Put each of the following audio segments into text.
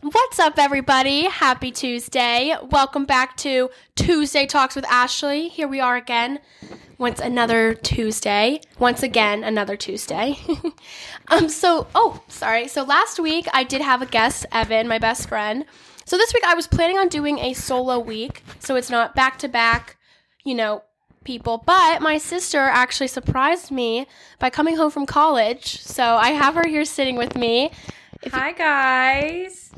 What's up, everybody? Happy Tuesday. Welcome back to Tuesday Talks with Ashley. Here we are again. Once another Tuesday. Once again, another Tuesday. um, so, oh, sorry. So, last week I did have a guest, Evan, my best friend. So, this week I was planning on doing a solo week. So, it's not back to back, you know, people. But my sister actually surprised me by coming home from college. So, I have her here sitting with me. Hi guys.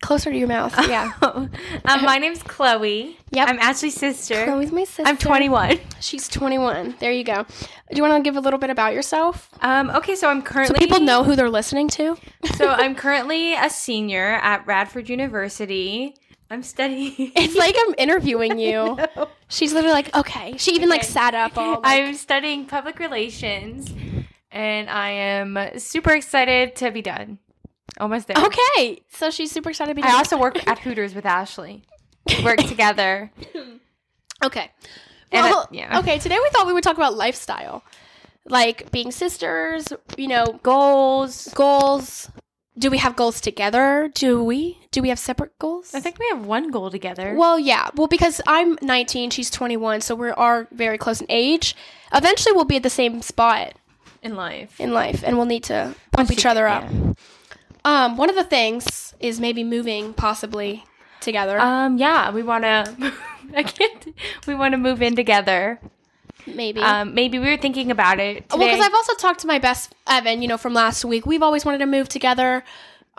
Closer to your mouth. Yeah. um, my name's Chloe. Yep. I'm Ashley's sister. Chloe's my sister. I'm 21. She's 21. There you go. Do you want to give a little bit about yourself? Um, okay, so I'm So currently people know who they're listening to. so I'm currently a senior at Radford University. I'm studying. It's like I'm interviewing you. No. She's literally like, okay. She even like Okay. sat up all. Like, I'm studying public relations, and I am super excited to be done. Almost there. okay. So she's super excited to be. I done. also work at Hooters with Ashley. We work together. Okay. And I- Well, yeah. Okay. Today we thought we would talk about lifestyle, like being sisters. You know, Goals. goals. Do we have goals together? Do we? Do we have separate goals? I think we have one goal together. Well, yeah. Well, because I'm 19, she's 21, so we are very close in age. Eventually, we'll be at the same spot in life. in life, and we'll need to pump Once each you- other up. yeah. Um, one of the things is maybe moving, possibly together. Um, yeah, we want to. I can't. We want to move in together. maybe. Um, maybe we were thinking about it. well, because today. I've also talked to my best Evan, you know, from last week. We've always wanted to move together.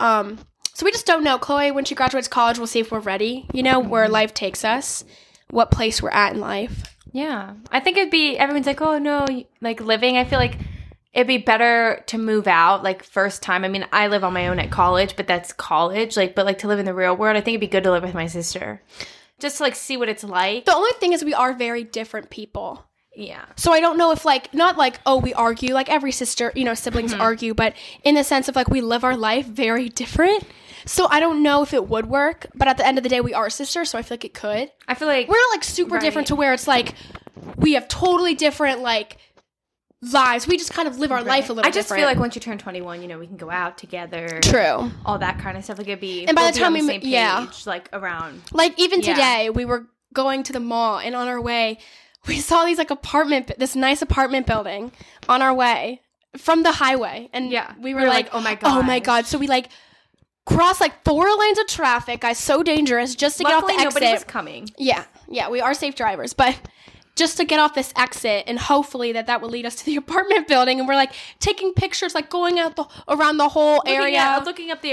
Um, so we just don't know. Chloe, when she graduates college, we'll see if we're ready. You know, where Mm-hmm. life takes us, what place we're at in life. yeah, I think it'd be. Everyone's like, oh no, you- like living. I feel like it'd be better to move out like first time. I mean, I live on my own at college, but that's college. Like, but like to live in the real world, I think it'd be good to live with my sister, just to like see what it's like. The only thing is, we are very different people. Yeah, So I don't know if like not like oh we argue like every sister you know siblings Mm-hmm. argue but in the sense of like we live our life very different. So I don't know if it would work, but at the end of the day we are sisters, so I feel like it could. I feel like We're not like super Right. different to where it's like we have totally different like lives. We just kind of live our life a little. I just different. feel like once you turn twenty one, you know, we can go out together. true. All that kind of stuff. Like it'd be. And by the we'll be on time we same m- yeah. page, like around. Like even Yeah. today we were going to the mall and on our way we saw these like apartment this nice apartment building on our way from the highway and Yeah. we were, like, oh my Oh my god! So we like crossed like four lanes of traffic. Guys, so dangerous just to Luckily, get off the nobody was exit. coming. yeah, yeah, we are safe drivers, but just to get off this exit and hopefully that that will lead us to the apartment building. And we're like taking pictures, like going out the, around the whole Looking, area, at, looking up the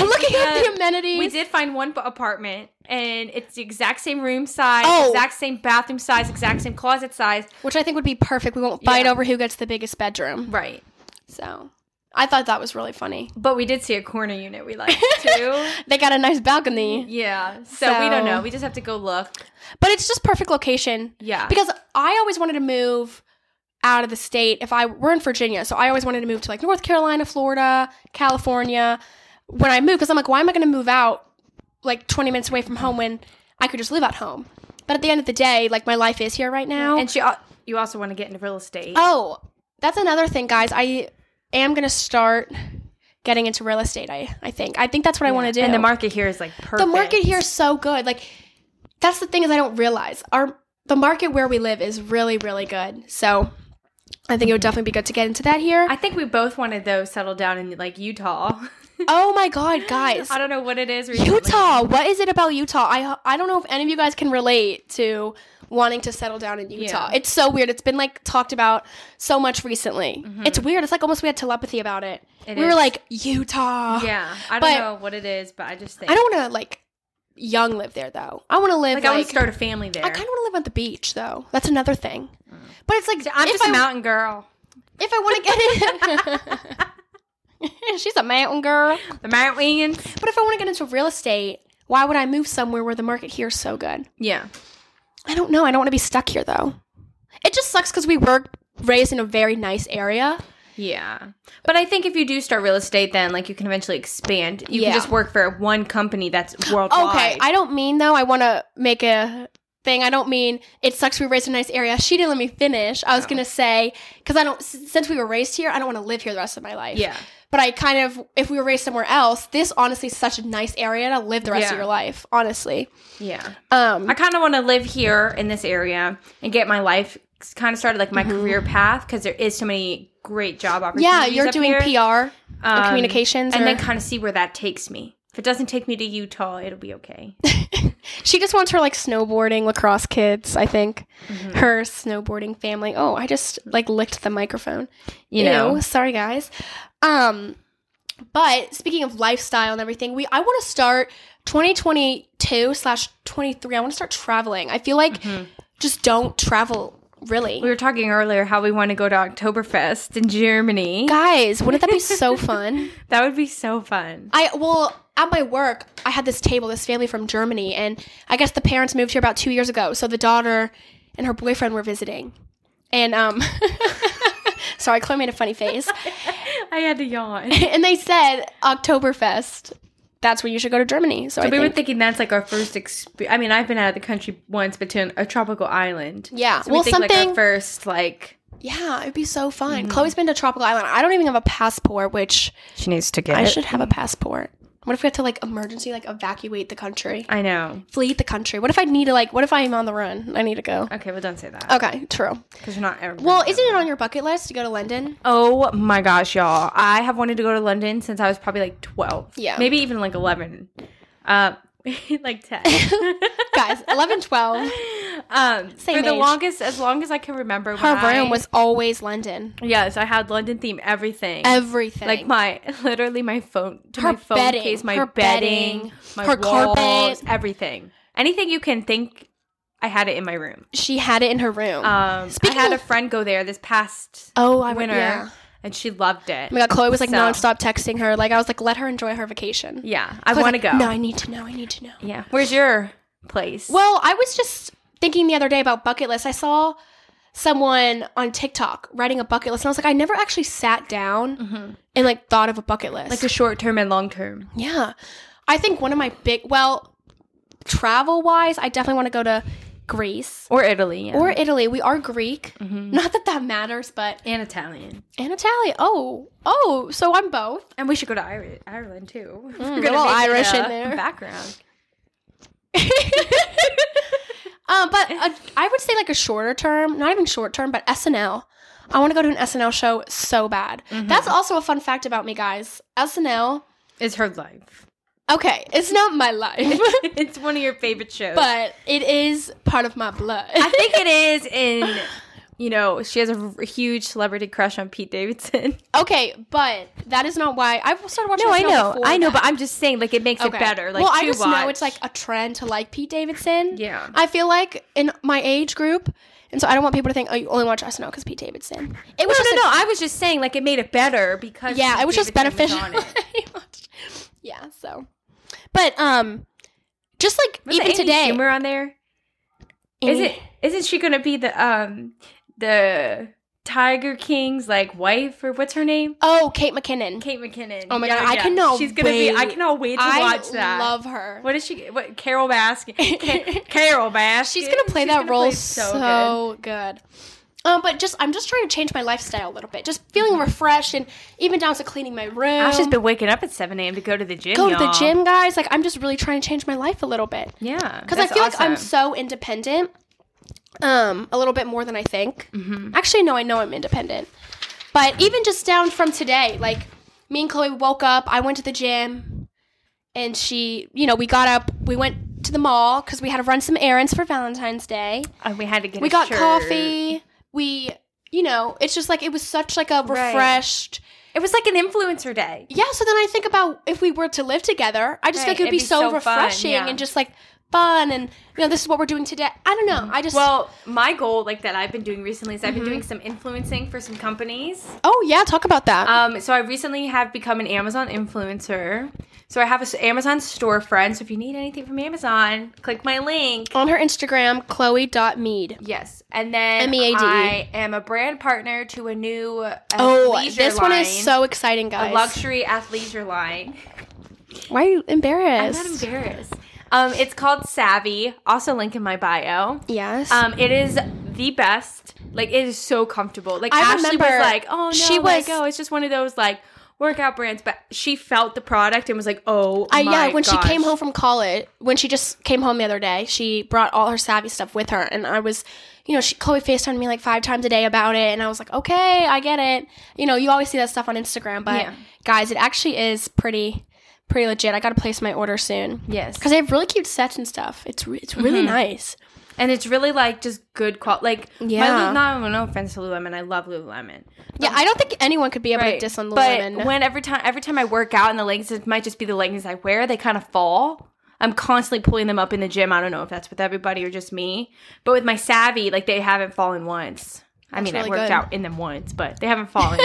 looking at the amenities. We did find one b- apartment, and it's the exact same room size, Oh. exact same bathroom size, exact same closet size. which I think would be perfect. We won't fight Yeah. over who gets the biggest bedroom. Right. So I thought that was really funny. But we did see a corner unit we liked too. They got a nice balcony, yeah. So, we So- don't know. We just have to go look. but it's just perfect location. Yeah. because I always wanted to move out of the state. If I we're in Virginia, so I always wanted to move to like North Carolina, Florida, California. When I moved, because I'm like, why am I going to move out like 20 minutes away from home when I could just live at home? But at the end of the day, like my life is here right now. and she, al- you also want to get into real estate. oh, that's another thing, guys. I am going to start getting into real estate. I I think I think that's what I want to do. And the market here is like perfect. the market here is so good. Like that's the thing is I don't realize our the market where we live is really really good. So I think it would definitely be good to get into that here. I think we both wanted though settle down in like Utah. oh my god, guys. I don't know what it is. recently. Utah. What is it about Utah? I I don't know if any of you guys can relate to wanting to settle down in Utah. Yeah. It's so weird. It's been like talked about so much recently. It's weird. It's like almost we had telepathy about it. Mm-hmm. It we were is. like Utah. Yeah. I don't But- know what it is, but I just think I don't want to like young live there though. I want to live like, like, I want to start a family there. I kind of want to live on the beach, though. That's another thing. But it's like Mm. I'm if just a I- mountain girl. If I want to get in, she's a mountain girl. The mountains. But if I want to get into real estate, why would I move somewhere where the market here is so good? Yeah. I don't know. I don't want to be stuck here, though. It just sucks because we were raised in a very nice area. Yeah. But I think if you do start real estate then like you can eventually expand. You Yeah. can just work for one company that's worldwide. Okay, I don't mean though. I want to make a thing. I don't mean it sucks we were raised in a nice area. She didn't let me finish. I was going to say, because I don't, s- since we were raised here, I don't want to live here the rest of my life. Yeah. But I kind of, if we were raised somewhere else, this honestly is such a nice area to live the rest Yeah. of your life, honestly. Yeah. Um, I kind of want to live here in this area and get my life kind of started, like my career path, because there is so many great job opportunities. Mm-hmm. yeah, you're up doing here. PR and Um, communications. and or- then kind of see where that takes me. If it doesn't take me to Utah, it'll be okay. She just wants her like snowboarding lacrosse kids, I think. Mm-hmm. Her snowboarding family. Oh, I just like licked the microphone. You Ew, know, sorry guys. Um but speaking of lifestyle and everything, we I want to start 2022 slash 23. I want to start traveling. I feel like Mm-hmm. just don't travel really. we were talking earlier how we want to go to Oktoberfest in Germany. guys, wouldn't that be so fun? That would be so fun. I well at my work I had this table, this family from Germany, and I guess the parents moved here about two years ago, so the daughter and her boyfriend were visiting, and um, sorry, Chloe made a funny face, I had to yawn. and they said Oktoberfest. That's when you should go to Germany. So, I we were think, thinking that's like our first experience. I mean, I've been out of the country once, but to an- a tropical island. yeah, So we well, think like something, our Mm-hmm. first like yeah, it'd be so fun. Chloe's been to tropical island. I don't even have a passport, which she needs to get. I should have a passport. What if we had to like emergency like evacuate the country, I know. flee the country? What if I need to like? What if I'm on the run? I need to go. Okay, well, don't say that Okay, true. because you're not. Ever Well, isn't it on your bucket list to go to London? Oh my gosh, y'all! I have wanted to go to London since I was probably like twelve. Yeah. maybe even like eleven. Uh, like ten. Guys, 11, 12, um, Same for the age. longest, as long as I can remember, her when I- room was always London. yes. I had London theme everything. Everything. like my literally my phone to Her my phone bedding, case, my her bedding, bedding, my her walls, carpet. everything, anything you can think. I had it in my room. she had it in her room. Um, Speaking I had of- a friend go there this past oh, I winner. winter, Yeah. and she loved it. Oh my god, Chloe was like So- nonstop texting her. Like I was like, let her enjoy her vacation. Yeah, I Chloe's want to like, go. No, I need to know. I need to know. Yeah. Where's your place? Well, I was just thinking the other day about bucket lists. I saw someone on TikTok writing a bucket list, and I was like, I never actually sat down and like thought of a bucket list. Mm-hmm. like a short term and long term. Yeah. I think one of my big, well, travel wise, I definitely want to go to Greece Or Italy. Yeah. Mm-hmm. or Italy. We are Greek. Not that that matters, but. and Italian. And Italian. Oh, oh, so I'm both. And we should go to Iri- Ireland too. a We're little make it Mm, Irish a in there. Background. Um, but a, I would say like a shorter term, not even short term, but SNL. I want to go to an SNL show so bad. Mm-hmm. That's also a fun fact about me, guys. SNL. It's her life. Okay, it's not my life, it's one of your favorite shows. but it is part of my blood. I think it is in. You know, she has a r- huge celebrity crush on Pete Davidson. Okay, but that is not why I started watching. SNL before that. I'm just saying, like, it makes Okay. Like, well, I to just watch. know it's like a trend to like Pete Davidson. Yeah. I feel like in my age group, and so I don't want people to think, oh, you only watch SNL because Pete Davidson. It was no, just no, no. a- I was just saying, like, it made it better because yeah, Pete it was just Davidson beneficial. was on it. yeah, so, but um, just like Was even Amy today, Schumer on there? Is Amy- it isn't she gonna be the um the Tiger King's like wife or what's her name? Oh, Kate McKinnon. Kate McKinnon. Oh my God, I cannot She's gonna be. I wait. cannot wait to I watch that. love her. What is she? What Carol Baskin? Ca- Carol Baskin. She's gonna play that gonna role play so, good. good. Um, but just I'm just trying to change my lifestyle a little bit. Just feeling refreshed and even down to cleaning my room. Ash has been waking up at seven a.m. to go to the gym. Um, go to the y'all. gym, guys. Like I'm just really trying to change my life a little bit Yeah, because I feel like I'm so independent. Um, a little bit more than I think. Actually, no, I know I'm independent. But even just down from today, like me and Chloe woke up. I went to the gym, and she, you know, we got up. We went to the mall because we had to run some errands for Valentine's Day And Uh, we had to get. we a got shirt. coffee we you know it's just like it was such like a Right. refreshed It was like an influencer day. yeah so then i think about if we were to live together i just Right, think it would it'd be, be so, so fun, refreshing yeah. and just like fun and you know this is what we're doing today i don't know i just Well, my goal, like that, I've been doing recently is I've Mm-hmm. been doing some influencing for some companies. oh yeah talk about that Um, so I recently have become an Amazon influencer. So I have an Amazon storefront. So if you need anything from Amazon, click my link. on her instagram chloe.mead Yes, and then M.E.A.D.. I am a brand partner to a new uh, oh leisure this one is line, so exciting a guys luxury athleisure line. why are you I'm embarrassed not embarrassed. Um, it's called Savvy. Also, link in my bio. Yes. Um, it is the best. Like it is so comfortable. Like I Ashley remember was like, "Oh no, she she was, was- go. It's just one of those like workout brands." But she felt the product and was like, "Oh, I, yeah, my when gosh. she came home from college, when she just came home the other day, she brought all her savvy stuff with her, and I was, you know, she Chloe Facetimed me like five times a day about it, and I was like, okay, I get it. You know, you always see that stuff on Instagram, but Yeah. guys, it actually is pretty, pretty legit. I got to place my order soon yes, because they have really cute sets and stuff. It's re- it's Mm-hmm. really nice. and it's really like just good quality. Like, Yeah. my Lu- not no offense to Lululemon, I love Lululemon. Yeah, I don't think anyone could be able to Right. diss on but Lululemon. when every time every time I work out and the leggings, it might just be the leggings I wear. They kind of fall. I'm constantly pulling them up in the gym. I don't know if that's with everybody or just me, but with my savvy, like they haven't fallen once. I mean, really I worked good. out in them once, but they haven't fallen.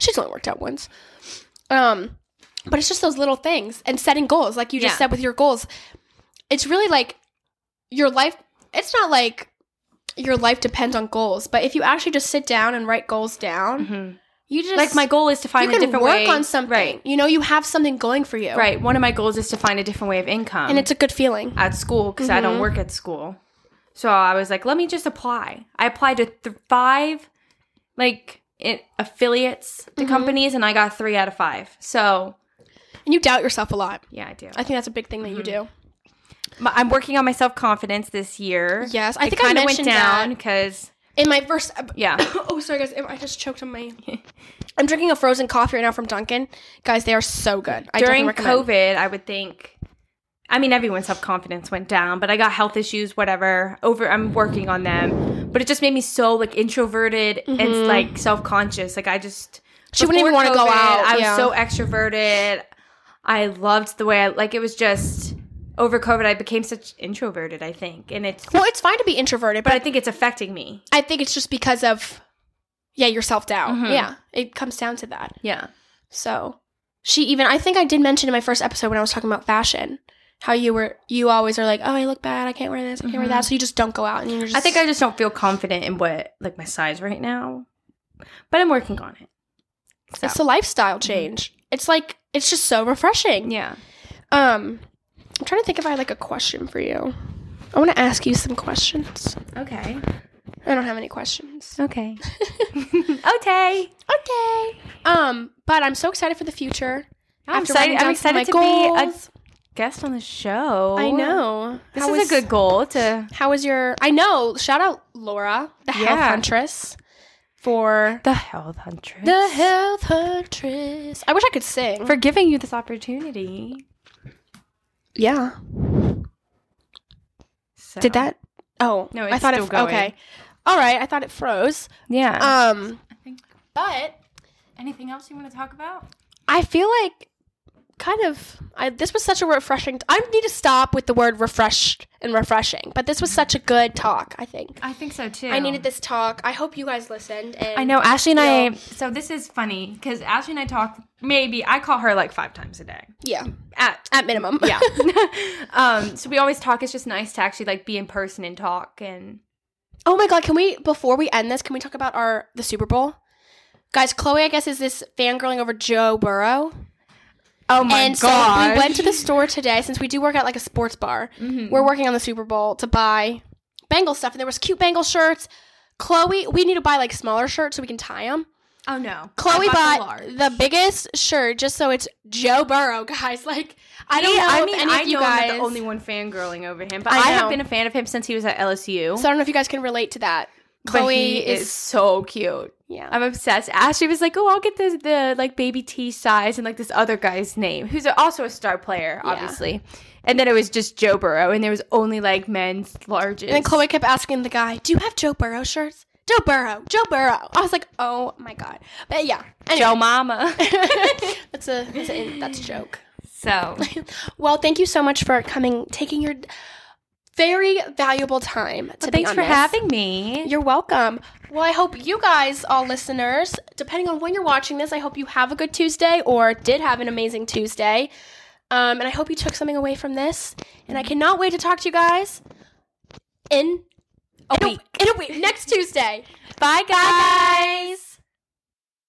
She's only worked out once. Um, but it's just those little things and setting goals, like you just Yeah. said with your goals. It's really like your life. It's not like your life depends on goals, but if you actually just sit down and write goals down, Mhm. you just Like my goal is to you find a can different work way on something. Right, You know, you have something going for you, right. One of my goals is to find a different way of income, And it's a good feeling. at school because I Mhm. don't work at school. So I was like, let me just apply. I applied to th- five like it, affiliates to Mhm. companies, and I got three out of five. So And you doubt yourself a lot. yeah, I do. I think that's a big thing that you Mm-hmm. do. M- I'm working on my self confidence this year. Yes, I it think I kind of went mentioned down that. because In my first yeah, oh, sorry guys, I just choked on my. I'm drinking a frozen coffee right now from Dunkin'. Guys, they are so good. I during definitely recommend. COVID, I would think. I mean, everyone's self confidence went down, but I got health issues, whatever. Over, I'm working on them, but it just made me so like introverted and like self conscious. Like I just Mm-hmm. She wouldn't before even wanna go COVID, out, I was yeah. so extroverted. I loved the way I like. It was just over COVID, I became such introverted. I think, and it's. Well, it's fine to be introverted, But but I think it's affecting me. I think it's just because of yeah, your self doubt. Mhm. Yeah, it comes down to that. Yeah. So she even I think I did mention in my first episode when I was talking about fashion how you were you always are like oh I look bad I can't wear this I can't wear that so you just don't go out and you're just Mm-hmm. I think I just don't feel confident in what like my size right now, but I'm working on it. So, it's the lifestyle change. It's like it's just so refreshing. Mm-hmm. yeah, Um, I'm trying to think if I had like a question for you. I want to ask you some questions. okay, I don't have any questions. okay, okay. Okay. Um, but I'm so excited for the future. I'm After excited. writing down I'm some excited of my to be goals. a guest on the show. I know. this How is a good goal to How was your? I know. Shout out Laura, the health Yeah. huntress, for the health huntress the health huntress. I wish I could sing. for giving you this opportunity. yeah. So, Did that? Oh No, I it's thought still it. going. Okay. All right. I thought it froze. Yeah. Um, I think but anything else you want to talk about? I feel like kind of I, this was such a refreshing I need to stop with the word refreshed and refreshing but this was such a good talk I think I think so too. I needed this talk I hope you guys listened and I know Ashley and Yeah. I. So this is funny because Ashley and I talk. Maybe I call her like five times a day. yeah At at minimum yeah. um, so we always talk. It's just nice to actually like be in person and talk. And oh my god can we before we end this can we talk about our the Super Bowl guys Chloe I guess is this fangirling over Joe Burrow oh my and so we went to the store today since we do work at like a sports bar Mm-hmm. we're working on the Super Bowl to buy Bengal stuff and there was cute Bengal shirts Chloe we need to buy like smaller shirts so we can tie them oh no, Chloe I bought, bought the the, biggest shirt just so it's Joe Burrow, guys. Like I don't know I if mean, any I of you know I'm not guys. the only one fangirling over him, but I I, know. have been a fan of him since he was at LSU. So I don't know if you guys can relate to that. but Chloe he is, is, so cute. yeah. I'm obsessed. Ashley was like, "Oh, I'll get the the like baby T size and like this other guy's name, who's also a star player, Yeah. obviously." And then it was just Joe Burrow, and there was only like men's larges. And then Chloe kept asking the guy, "Do you have Joe Burrow shirts? Joe Burrow, Joe Burrow." I was like, "Oh my god!" But yeah, Joe anyway, Mama. that's a that's a that's a joke. so Well, thank you so much for coming, taking your very valuable time. To be thanks on for this. having me. You're welcome. Well, I hope you guys, all listeners, depending on when you're watching this, I hope you have a good Tuesday or did have an amazing Tuesday. Um, and I hope you took something away from this. And I cannot wait to talk to you guys in a In a week. In a week. Next Tuesday. Bye, guys.